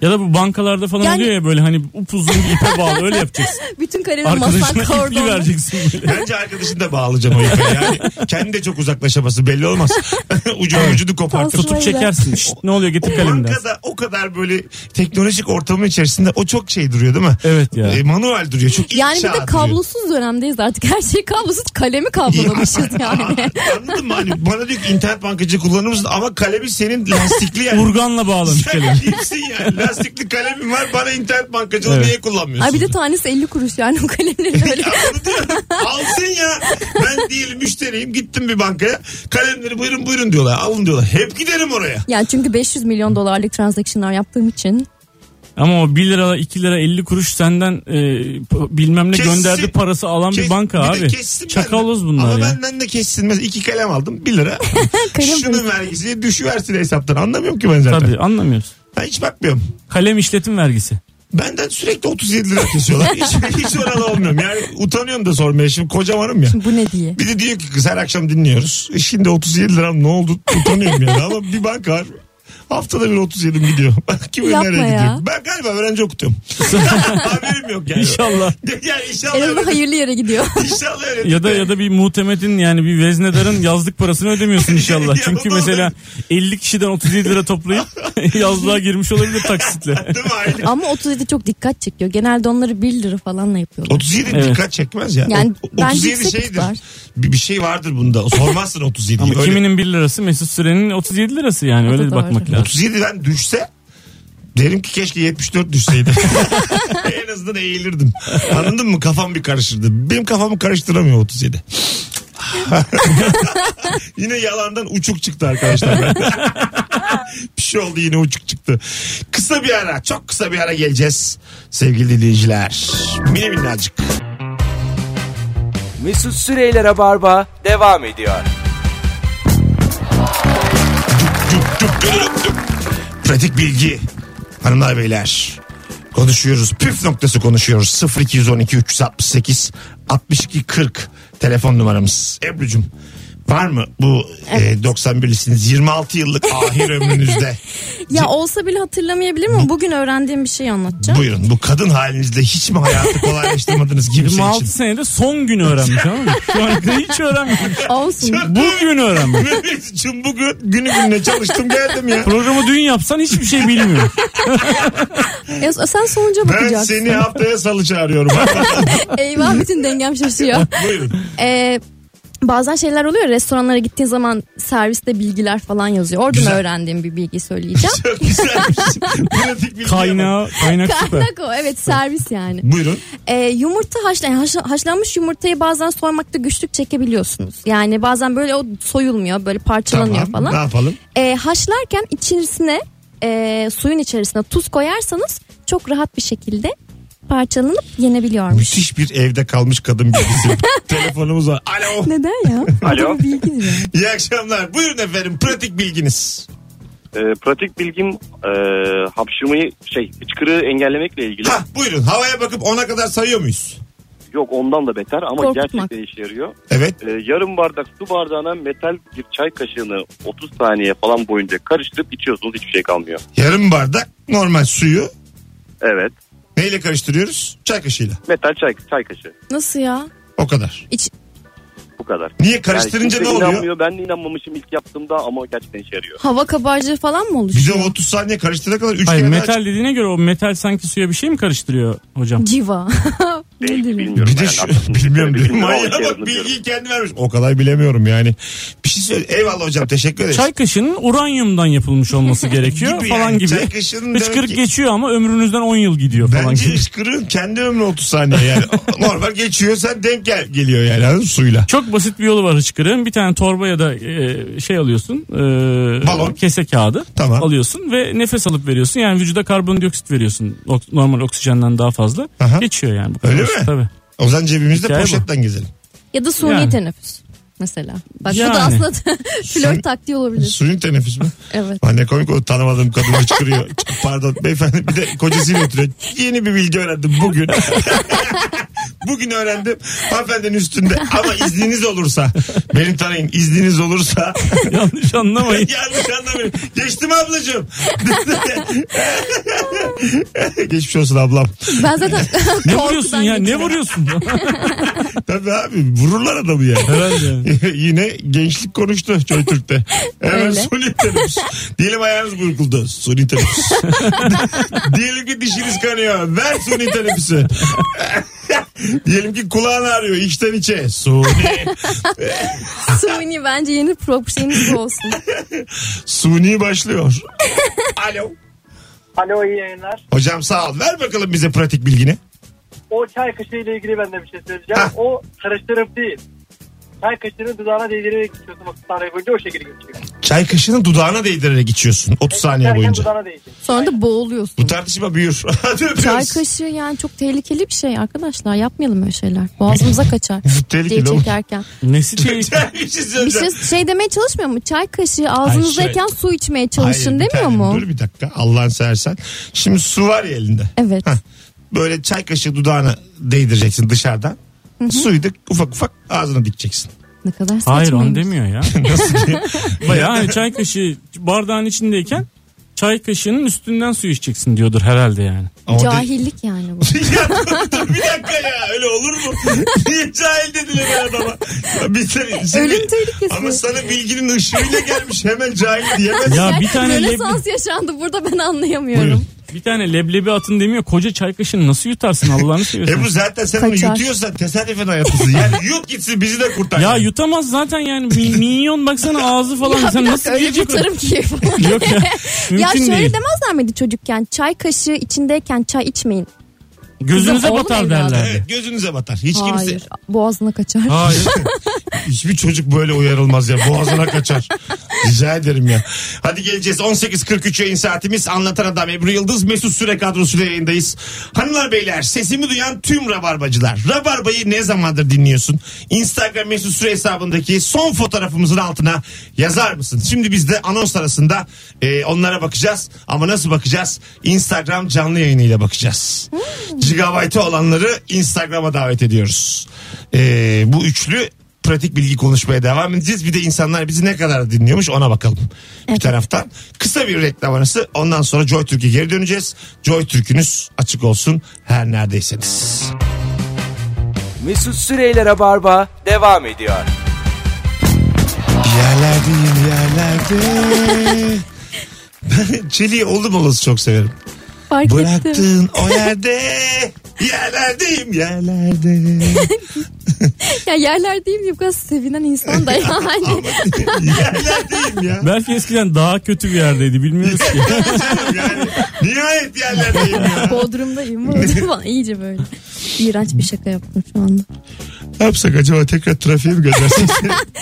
Ya da bu bankalarda falan Yani- oluyor ya böyle hani upuzun bir ipe bağlı öyle yapacaksın. Bütün kalemim masan Arkadaşına ipliği kordon. vereceksin böyle. Bence arkadaşını da bağlayacağım o ipe. Yani kendi de çok uzaklaşaması belli olmaz. Ucunu ucunu kopartır. Tansiyonu Tutup çekersin. Şşt, ne oluyor getir O kalemden. bankada o kadar böyle teknolojik ortamın içerisinde o çok şey duruyor değil mi? Evet ya. E, manuel duruyor. Çok Yani ilk bir de çağ kablosuz dönemdeyiz artık. Her şey kablosuz. Kalemi duruyor. kablolamışız yani. Anladın mı? Hani bana diyor ki internet bankacı kullanır mısın? Ama kalemi senin lastikli yani. Urganla bağlamış Sen kalemi. kimsin yani? Lastikli kalemim var bana internet bankacılığı Evet. niye kullanmıyorsun? Ay bir de tanesi 50 kuruş yani o kalemleri böyle. Ya onu diyorum. Alsın ya. Ben değil müşteriyim. Gittim bir bankaya. Kalemleri buyurun buyurun diyorlar. Alın diyorlar. Hep giderim oraya. yani çünkü 500 milyon dolarlık transactionlar yaptığım için. Ama o 1 lira 2 lira 50 kuruş senden e, p- bilmem ne Kessin. gönderdi parası alan Kes- bir banka de abi. kessin Çakaloz benden. bunlar Ama ya. benden de kessin. Mesela iki kalem aldım. Bir lira. Kalem Şunun vergisini düşüversin hesaptan. Anlamıyorum ki ben zaten. Tabii anlamıyoruz. Ben hiç bakmıyorum. Kalem işletim vergisi. Benden sürekli 37 lira kesiyorlar. hiç, hiç oralı olmuyorum. Yani utanıyorum da sormaya. Şimdi kocamanım ya. Bu ne diye? Bir de diyor ki kız her akşam dinliyoruz. E şimdi 37 liram ne oldu utanıyorum yani. Ama bir banka var. Haftada bir 37 gidiyor. Kim bilir Yapma nereye ya. gidiyor. Ben galiba öğrenci okutuyorum. Haberim yok yani. İnşallah. Yani inşallah. En azından öyle- hayırlı yere gidiyor. İnşallah öyle. Ya da ya da bir muhtemedin yani bir veznedarın yazlık parasını ödemiyorsun inşallah. Ya Çünkü doğru. mesela 50 kişiden 37 lira toplayıp yazlığa girmiş olabilir taksitle. Değil mi? Aynen. Ama 37 çok dikkat çekiyor. Genelde onları 1 lira falanla yapıyorlar. 37 Evet. dikkat çekmez ya. Yani O- bence 37 yüksek şeydir. tutar. Bir, bir şey vardır bunda. Sormazsın 37'yi. Ama Öyle- kiminin 1 lirası Mesut Süren'in 37 lirası yani O da öyle doğru. bakmak lazım. 37'den düşse derim ki keşke 74 düşseydi. en azından eğilirdim. Anladın mı? Kafam bir karışırdı. Benim kafamı karıştıramıyor 37. yine yalandan uçuk çıktı arkadaşlar. ben. bir şey oldu yine uçuk çıktı. Kısa bir ara, çok kısa bir ara geleceğiz sevgili dinleyiciler. Mini minnacık. Mesut Süreyler'e barba devam ediyor. Pratik bilgi. Hanımlar beyler konuşuyoruz. Püf noktası konuşuyoruz. 0212 368 62 40 telefon numaramız. Ebru'cum var mı bu e, 91'lisiniz 26 yıllık ahir ömrünüzde? Ya olsa bile hatırlamayabilir mi? Bugün öğrendiğim bir şey anlatacağım. Buyurun bu kadın halinizde hiç mi hayatı kolaylaştırmadınız kimse 26 için? senede son günü öğrenmiş ama şu an hiç öğrenmemiş. Olsun. Bugün öğrenmiş. Mehmetciğim bugün günü gününe çalıştım geldim ya. Programı dün yapsan hiçbir şey bilmiyor. Ya sen sonuca Ben bakacaksın. seni haftaya salı çağırıyorum. Eyvah bütün dengem şaşıyor. Buyurun. Ee, bazen şeyler oluyor. ya, Restoranlara gittiğin zaman serviste bilgiler falan yazıyor. Oradan Güzel. öğrendiğim bir bilgi söyleyeceğim. Çok güzelmiş. Pratik bilgi ama. Kaynağı, kaynak süper. Kaynak o. Evet servis yani. Buyurun. Ee, yumurta haşla, yani haş- haşlanmış yumurtayı bazen soymakta güçlük çekebiliyorsunuz. Yani bazen böyle o soyulmuyor böyle parçalanıyor Tamam. Ne falan. yapalım? Ee, haşlarken içerisine e, suyun içerisine tuz koyarsanız çok rahat bir şekilde parçalanıp yenebiliyormuş. Müthiş bir evde kalmış kadın bilgisi. Telefonumuz var. Alo. Neden ya? Alo. Bu da bir bilgidir yani. İyi akşamlar. Buyurun efendim pratik bilginiz. Ee, pratik bilgim e, hapşırmayı şey hıçkırığı engellemekle ilgili. Ha buyurun havaya bakıp ona kadar sayıyor muyuz? Yok ondan da beter ama Korkutmak. gerçekten işe yarıyor. Evet. Ee, yarım bardak su bardağına metal bir çay kaşığını 30 saniye falan boyunca karıştırıp içiyorsunuz hiçbir şey kalmıyor. Yarım bardak normal suyu Evet. neyle karıştırıyoruz? Çay kaşığıyla. Metal çay, çay kaşığı. Nasıl ya? O kadar. Bu kadar. Niye karıştırınca Yani ne kimse oluyor? inanmıyor. Ben de inanmamışım ilk yaptığımda ama gerçekten işe yarıyor. Hava kabarcığı falan mı Bize oluşuyor? 30 saniye karıştırana kadar 3 Hayır kere daha- metal dediğine göre o metal sanki suya bir şey mi karıştırıyor hocam? Civa. Nedir? ya? Bilmiyorum bir de yani. şu Haklısınız. bilmiyorum Böyle diyorum. bilmiyorum ama işe Manyağa bak yaradığını biliyorum. bilgiyi kendi vermiş. O kadar bilemiyorum yani. Bir şey söyle. Eyvallah hocam teşekkür ederiz. Çay kaşığının uranyumdan yapılmış olması gerekiyor Gibi falan yani. gibi. Çay kaşığının demek Hıçkırık ki- geçiyor ama ömrünüzden 10 yıl gidiyor falan Bence gibi. ışkırığın kendi ömrü 30 saniye yani. Normal geçiyor sen denk gel- geliyor yani anladın mı? suyla. Çok basit bir yolu var hıçkırığın. Bir tane torba ya da e, şey alıyorsun. e, Balon. Kese kağıdı Tamam. alıyorsun ve nefes alıp veriyorsun. Yani vücuda karbondioksit veriyorsun. Ok- normal oksijenden daha fazla. Aha. Geçiyor yani. Bu Öyle mi? Tabii. O zaman cebimizde Hikaye bu. poşetten gezelim. Ya da suni Yani. teneffüs mesela. Bak bu da Yani. aslında Suni- flört taktiği olabilir. Suyun teneffüsü mü? Evet. Anne komik oldu tanımadığım kadın hıçkırıyor. Pardon beyefendi bir de kocasıyla oturuyor. Yeni bir bilgi öğrendim bugün. bugün öğrendim hanımefendinin üstünde ama izniniz olursa benim tanıyın izniniz olursa Yanlış anlamayın. yanlış anlamayın geçtim ablacığım geçmiş olsun ablam Ben zaten ne korkudan vuruyorsun ya? Ne geçiyorum. vuruyorsun? tabii abi vururlar adamı yani Herhalde. Yine gençlik konuştu Joy Türk'te. Hemen Öyle. suni teneffüs. Diyelim ayağınız burkuldu. Suni teneffüs. Diyelim ki dişiniz kanıyor. Ver suni teneffüsü. Diyelim ki kulağın ağrıyor içten içe. Suni. Suni bence yeni prop şeyiniz bu olsun. Suni başlıyor. Alo. Alo iyi yayınlar. Hocam sağ ol. Ver bakalım bize pratik bilgini. O çay kaşığı ile ilgili ben de bir şey söyleyeceğim. Hah. O karıştırıp değil. Çay kaşığını dudağına değdirerek içiyorsun 30 saniye boyunca o şekilde geçiyor. Çay kaşığını dudağına değdirerek içiyorsun 30 saniye Derken boyunca. dudağına değecek. Sonra da boğuluyorsun. Bu tartışma büyür. Hadi Çay öpüyoruz. kaşığı yani çok tehlikeli bir şey arkadaşlar. Yapmayalım öyle şeyler. Boğazımıza kaçar. Tehlikeli Diye oğlum. çekerken. Nesi bir şey Bir söyleyeceğim. şey, şey demeye çalışmıyor mu? Çay kaşığı ağzınızdayken Hayır, su içmeye çalışın Hayır, bir demiyor tane mu? Dur bir dakika Allah'ın seversen. Şimdi su var ya elinde. Evet. Hah. Böyle çay kaşığı dudağına değdireceksin dışarıdan. Suyu da ufak ufak ağzına dikeceksin. Ne kadar Hayır onu saçmaymış. demiyor ya. yani çay kaşığı bardağın içindeyken çay kaşığının üstünden su içeceksin diyordur herhalde yani. Cahillik yani bu. ya dur, dur bir dakika ya öyle olur mu? Niye cahil dediler adama? Bir seni, seni- Ölüm tehlikesi. Ama sana bilginin ışığıyla gelmiş hemen cahil diyemezsin. Ya bir tane leb- Rönesans yaşandı burada ben anlayamıyorum. bir tane leblebi atın demiyor. Koca çay kaşığını nasıl yutarsın Allah'ını seversen. Ebru E zaten sen onu Kaçar. yutuyorsan tesadüfen hayatısın. Yani yut gitsin bizi de kurtar. Ya yutamaz zaten yani Mi- minyon baksana ağzı falan Ya sen bir nasıl dakika, öyle yiyecek onu? yutarım ki falan. Yok ya mümkün ya şöyle değil. demezler miydi çocukken çay kaşığı içindeyken çay içmeyin. Gözünüze Oğlum batar evladım. derlerdi. Evet, gözünüze batar. Hiç Hayır kimse boğazına kaçar. Hayır. Hiçbir çocuk böyle uyarılmaz ya. Boğazına kaçar. Rica ederim ya. Hadi geleceğiz. 18.43 yayın saatimiz. Anlatan Adam Ebru Yıldız. Mesut Süre kadrosuyla yayındayız. Hanımlar beyler sesimi duyan tüm rabarbacılar. Rabarbayı ne zamandır dinliyorsun? Instagram Mesut Süre hesabındaki son fotoğrafımızın altına yazar mısın? Şimdi biz de anons arasında e, onlara bakacağız. Ama nasıl bakacağız? Instagram canlı yayınıyla bakacağız. Gigabyte olanları Instagram'a davet ediyoruz. E, bu üçlü pratik bilgi konuşmaya devam edeceğiz. Bir de insanlar bizi ne kadar dinliyormuş ona bakalım. Bir taraftan kısa bir reklam arası. Ondan sonra Joy Türk'e geri döneceğiz. Joy Türk'ünüz açık olsun her neredeyseniz. Mesut Süreyler'e barba devam ediyor. Yerlerdeyim yerlerde. Ben Çeliği oldum olası çok severim. Fark ettim. Bıraktığın o yerde yerlerdeyim yerlerde. Ya yerlerdeyim diye bu kadar sevinen insan da yani. yerlerdeyim ya. Belki eskiden daha kötü bir yerdeydi bilmiyoruz ki. Yani nihayet yerlerdeyim ya. Bodrumdayım. Bodrum. İyice böyle. İğrenç bir şaka yaptım şu anda. Ne yapsak acaba tekrar trafiğe mi göndersek?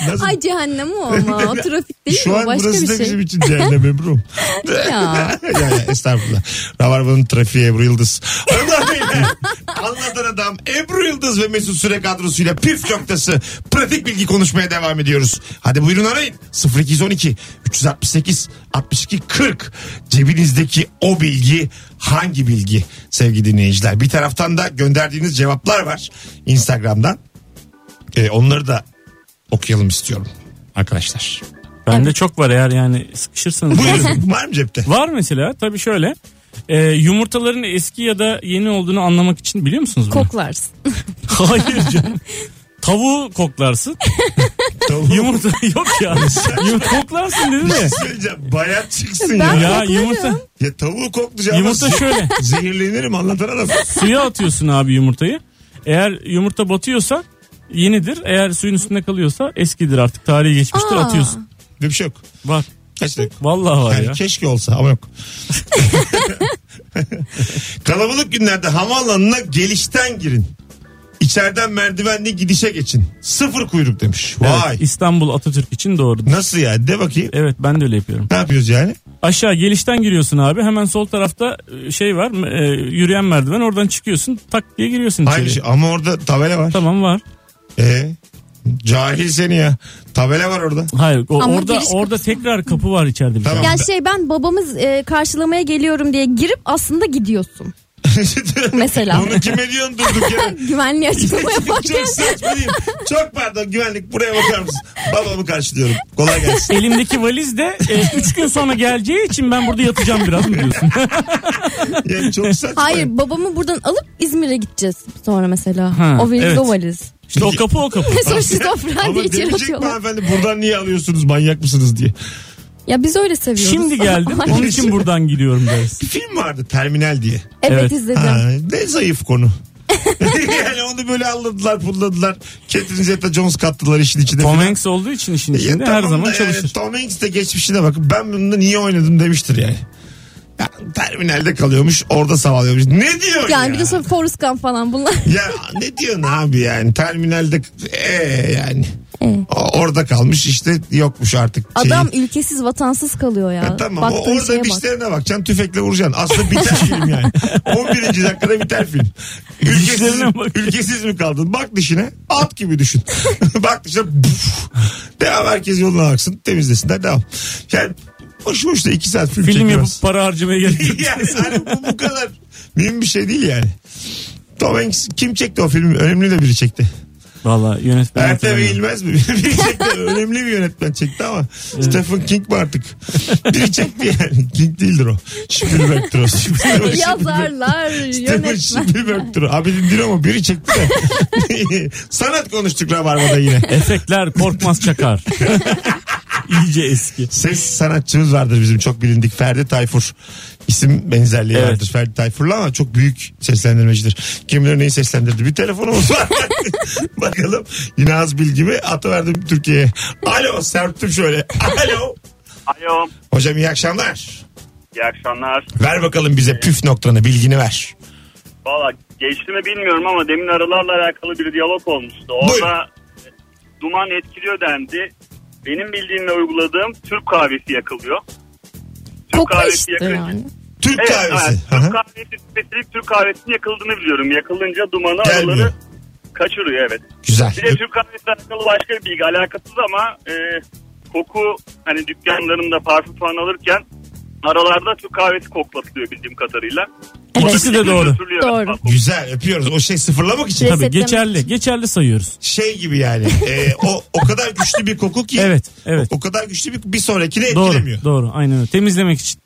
Nasıl Ay cehennem o ama. O trafik değil Şu mi? an O Başka burası bir da şey. bizim için cehennem Ebru. Ya. ya, ya, estağfurullah. Rabarba'nın trafiği Ebru Yıldız. Hanımlar, beyler, Anlatan adam Ebru Yıldız ve Mesut Süre kadrosuyla püf noktası pratik bilgi konuşmaya devam ediyoruz. Hadi buyurun arayın. 0212 368 62 40 cebinizdeki o bilgi hangi bilgi sevgili dinleyiciler? Bir taraftan da gönderdiğiniz cevaplar var Instagram'dan. Ee, onları da okuyalım istiyorum arkadaşlar. Bende çok var eğer yani sıkışırsanız. Buyurun var mı cepte? Var mesela tabii şöyle. e, yumurtaların eski ya da yeni olduğunu anlamak için biliyor musunuz bunu? Koklarsın. Hayır canım. Tavuğu koklarsın. Tavuğu- Yumurta yok ya. Yumurta koklarsın dedi Bir şey de. söyleyeceğim. Bayağı çıksın Ben ya. Ya yumurta. Ya tavuğu koklayacağım. Yumurta ama şöyle. Zehirlenirim anlatan adam. Suya atıyorsun abi yumurtayı. Eğer yumurta batıyorsa yenidir. Eğer suyun üstünde kalıyorsa eskidir artık. Tarihi geçmiştir Aa. atıyorsun. Ne bir şey yok. Var. Kaç dakika? Vallahi var Yani ya. keşke olsa ama yok. Kalabalık günlerde havaalanına gelişten girin. İçeriden merdivenle gidişe geçin. Sıfır kuyruk demiş. Vay. Evet, İstanbul Atatürk için doğru. Nasıl ya? De bakayım. Evet ben de öyle yapıyorum. Ne yapıyoruz yani? Aşağı gelişten giriyorsun abi. Hemen sol tarafta e, şey var. e, yürüyen merdiven. Oradan çıkıyorsun. Tak diye giriyorsun içeri. Aynı şey. Ama orada tabela var. Tamam var. Ee, cahil seni ya. Tabela var orada. Hayır. o- Ama orada giriş orada tekrar kapı var içeride bir Tamam. tane. Ya şey ben babamız e, karşılamaya geliyorum diye girip aslında gidiyorsun. Mesela. Bunu kime diyorsun durduk ya? Güvenliği açıklama yaparken. Çok saçma değil mi? Çok pardon güvenlik buraya bakar mısın? Babamı karşılıyorum. Kolay gelsin. Elimdeki valiz de 3 gün sonra geleceği için ben burada yatacağım biraz mı diyorsun? Yani çok saçma. Hayır babamı buradan alıp İzmir'e gideceğiz sonra mesela. Ha, o valiz evet. o valiz. İşte o kapı o kapı. Sonra şizofren Ama diye içeri demeyecek mi atıyorlar. hanımefendi buradan niye alıyorsunuz manyak mısınız diye. Ya biz öyle seviyoruz. Şimdi geldim Ay, onun için buradan gidiyorum deriz. Bir film vardı Terminal diye. evet, Evet. izledim. Ha, ne zayıf konu. yani onu böyle alladılar pulladılar. Catherine Zeta-Jones kattılar işin içine. Tom filan. Hanks olduğu için işin Ya içinde her tamam zaman da yani çalışır. Tom Hanks de geçmişine bakın ben bunu niye oynadım demiştir yani. Ya, terminalde kalıyormuş orada savalıyormuş. Ne diyor Yani ya? bir de sonra Forrest Gump falan bunlar. Ya ne diyorsun abi yani terminalde ee yani. O- Orada kalmış işte yokmuş artık. şeyi. Adam ülkesiz vatansız kalıyor ya. Ha, tamam o, Baktığın şeye orada şey- bak. işlerine bakacaksın tüfekle vuracaksın. Aslında biter film yani. 11. dakikada biter film. Ülkesiz, ülkesiz mi kaldın? Bak dişine at gibi düşün. bak dişine puf. devam herkes yoluna baksın temizlesinler devam. Yani boş boş da 2 saat film, Film çekemez. yapıp para harcamaya gerek yok. yani hani bu, bu kadar mühim bir şey değil yani. Tom Hanks kim çekti o filmi? Önemli de biri çekti. Valla yönetmen. Ertem Eğilmez mi? Biri çekti. Önemli bir yönetmen çekti ama Stephen King mi artık? Biri çekti yani. King değildir o. Spielberg'tir o. Spielberg- Yazarlar, Stephen yönetmen. Spielberg'tir o. Abi değil ama biri çekti de. Sanat konuştuk Rabarba'da yine. Efektler korkmaz çakar. İyice eski. Ses sanatçımız vardır bizim çok bilindik Ferdi Tayfur. İsim benzerliği Evet. vardır Ferdi Tayfur'la ama çok büyük seslendirmecidir. Kim bilir neyi seslendirdi. Bir telefonumuz var. Bakalım yine az bilgimi atıverdim Türkiye'ye. Alo serptim şöyle. Alo. Alo. Hocam iyi akşamlar. İyi akşamlar. Ver bakalım bize püf noktanı bilgini ver. Valla geçti mi bilmiyorum ama demin arılarla alakalı bir diyalog olmuştu. Orada e, duman etkiliyor dendi. Benim bildiğimle uyguladığım Türk kahvesi yakılıyor. Türk kahvesi yakılıyor. Türk evet, kahvesi. Evet, Hı hı. Türk kahvesi spesifik Türk kahvesinin yakıldığını biliyorum. Yakılınca dumanı Gelmiyor. arıları kaçırıyor evet. Güzel. Bir de Türk kahvesi alakalı başka bir bilgi alakasız ama e, koku hani dükkanlarında parfüm falan alırken aralarda Türk kahvesi koklatılıyor bildiğim kadarıyla. İkisi de doğru. Doğru. Güzel öpüyoruz. O şey sıfırlamak için. Tabii geçerli. Geçerli sayıyoruz. Şey gibi yani. e, o o kadar güçlü bir koku ki. Evet, evet. O, o kadar güçlü bir bir sonrakini etkilemiyor. Doğru. Doğru. Aynen öyle. Temizlemek için.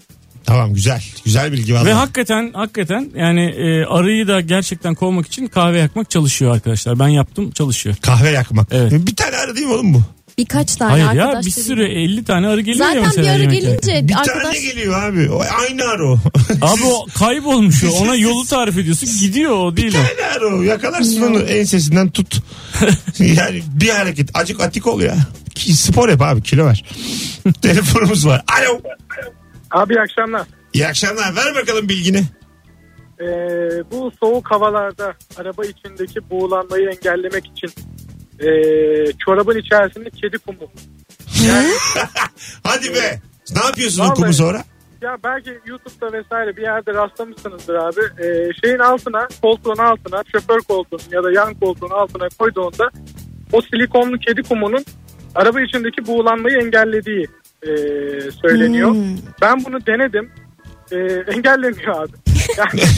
Tamam güzel. Güzel bilgi var. Ve hakikaten hakikaten yani e, arıyı da gerçekten kovmak için kahve yakmak çalışıyor arkadaşlar. Ben yaptım çalışıyor. Kahve yakmak. Evet. Bir tane arı değil mi oğlum bu? Birkaç tane Hayır arkadaş ya bir dedi. sürü 50 tane arı geliyor ya Zaten mesela. bir arı yemek yerken. gelince Bir arkadaş tane geliyor abi. O, aynı arı o. Abi o kaybolmuş o. Ona yolu tarif ediyorsun. Gidiyor o değil o. Aynı arı o. Yakalarsın onu ensesinden tut. yani bir hareket. Acık atik ol ya. Ki- Spor yap abi kilo ver. Telefonumuz var. Alo. Abi iyi akşamlar. İyi akşamlar. Ver bakalım bilgini. Ee, bu soğuk havalarda araba içindeki buğulanmayı engellemek için ee, çorabın içerisinde kedi kumu. Hadi be. Ne yapıyorsun Vallahi- o kumu sonra? Ya belki YouTube'da vesaire bir yerde rastlamışsınızdır abi. Ee, şeyin altına, koltuğun altına, şoför koltuğunun ya da yan koltuğun altına koyduğunda o silikonlu kedi kumunun araba içindeki buğulanmayı engellediği ee, söyleniyor. Hmm. Ben bunu denedim. Ee, engellemiyor abi. Yani,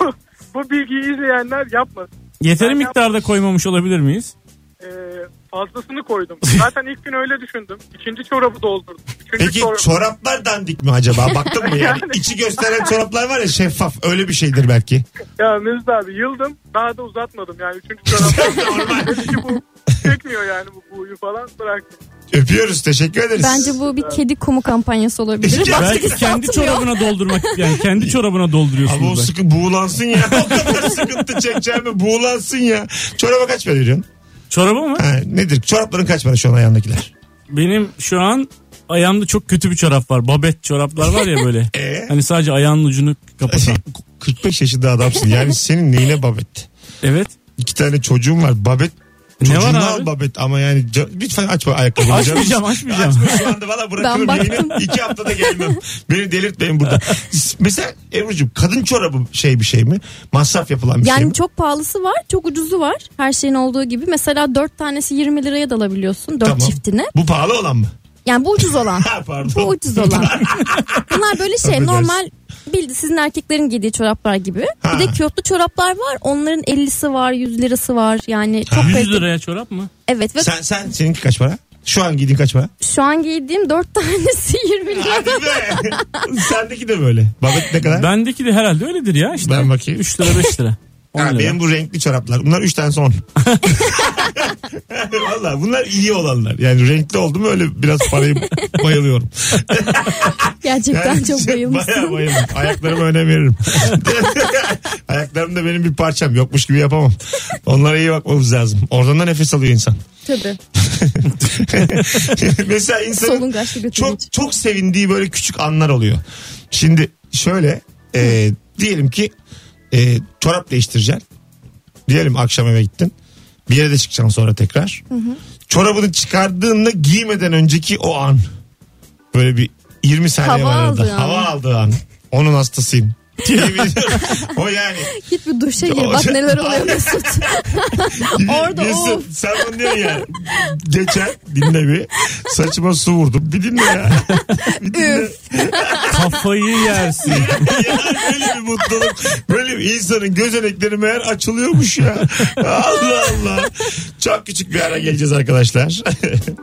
bu, bu bilgiyi izleyenler yapmasın. Yeteri miktarda koymamış olabilir miyiz? Ee, fazlasını koydum. Zaten ilk gün öyle düşündüm. İkinci çorabı doldurdum. Üçüncü Peki çorabı- çoraplar dandik mi acaba? Baktın mı yani? Yani- İçi gösteren çoraplar var ya şeffaf. Öyle bir şeydir belki. Ya Mesut abi yıldım daha da uzatmadım yani üçüncü çorapta. Normal. Dedi ki bu çekmiyor yani bu buyu falan bıraktım. Öpüyoruz. Teşekkür ederiz. bence bu bir kedi kumu kampanyası olabilir. Başka Belki kimse kendi atmıyor. çorabına doldurmak yani kendi çorabına dolduruyorsunuz. Ama o belki. sıkı buğulansın ya. O kadar sıkıntı çekeceğim buğulansın ya. Çoraba kaç para veriyorsun? Çorabı mı? Ha, nedir? Çorapların kaç para şu an ayağındakiler? Benim şu an ayağımda çok kötü bir çorap var. Babet çoraplar var ya böyle. Hani sadece ayağının ucunu kapatan. 45 E? yaşında adamsın. Yani senin neyine babet? Evet. İki tane çocuğum var. Babet Ne var Çocuğuna abi? babet ama yani ca- lütfen açma ayakkabını. Açmayacağım, Canım. açmayacağım. Açma şu anda valla bırakırım Ben yayını. İki haftada gelmem. Beni delirtmeyin burada. Mesela Ebru'cum kadın çorabı şey bir şey mi? Masraf yapılan bir şey mi? Yani çok pahalısı var, çok ucuzu var. Her şeyin olduğu gibi. Mesela 4 tanesi 20 liraya dalabiliyorsun 4 Tamam. çiftine. Bu pahalı olan mı? Yani bu ucuz olan. Ha, pardon. bu ucuz olan. Bunlar böyle şey Affedersin. normal bildi sizin erkeklerin giydiği çoraplar gibi. Bir de kiyotlu çoraplar var. Onların 50'si var, 100 lirası var. Yani çok 100 kaliteli. liraya çorap mı? Evet ve Sen, sen seninki kaç para? Şu an giydiğin kaç para? şu an giydiğim 4 tanesi 20 lira. Sendeki de böyle. Babet ne kadar? Bendeki de herhalde öyledir ya işte. Ben bakayım. 3 lira 5 lira. On Ha, lira. benim bu renkli çoraplar. Bunlar 3 tane son. Valla bunlar iyi olanlar. Yani renkli oldu mu öyle biraz parayı bayılıyorum. Gerçekten Yani çok şey, bayılmışsın. Bayağı bayıldım. Ayaklarıma önem veririm. Ayaklarım da benim bir parçam. Yokmuş gibi yapamam. Onlara iyi bakmamız lazım. Oradan da nefes alıyor insan. Tabii. Mesela insanın Solungaçlı götürücü. çok çok sevindiği böyle küçük anlar oluyor. Şimdi şöyle e, diyelim ki e, çorap değiştireceksin. Diyelim akşam eve gittin. Bir yere de çıkacaksın sonra tekrar. Çorabını çıkardığında giymeden önceki o an. Böyle bir 20 Hava saniye var arada. aldığı an. Hava aldığı an. Onun hastasıyım. o yani. Git bir duşa gir O- bak neler oluyor Mesut. Orada o. Mesut sen bunu diyorsun ya. Geçen dinle bir. Saçıma su vurdum. Bir dinle ya. Kafayı yersin. ya böyle bir mutluluk. Böyle bir insanın gözenekleri meğer açılıyormuş ya. Allah Allah. Çok küçük bir ara geleceğiz arkadaşlar.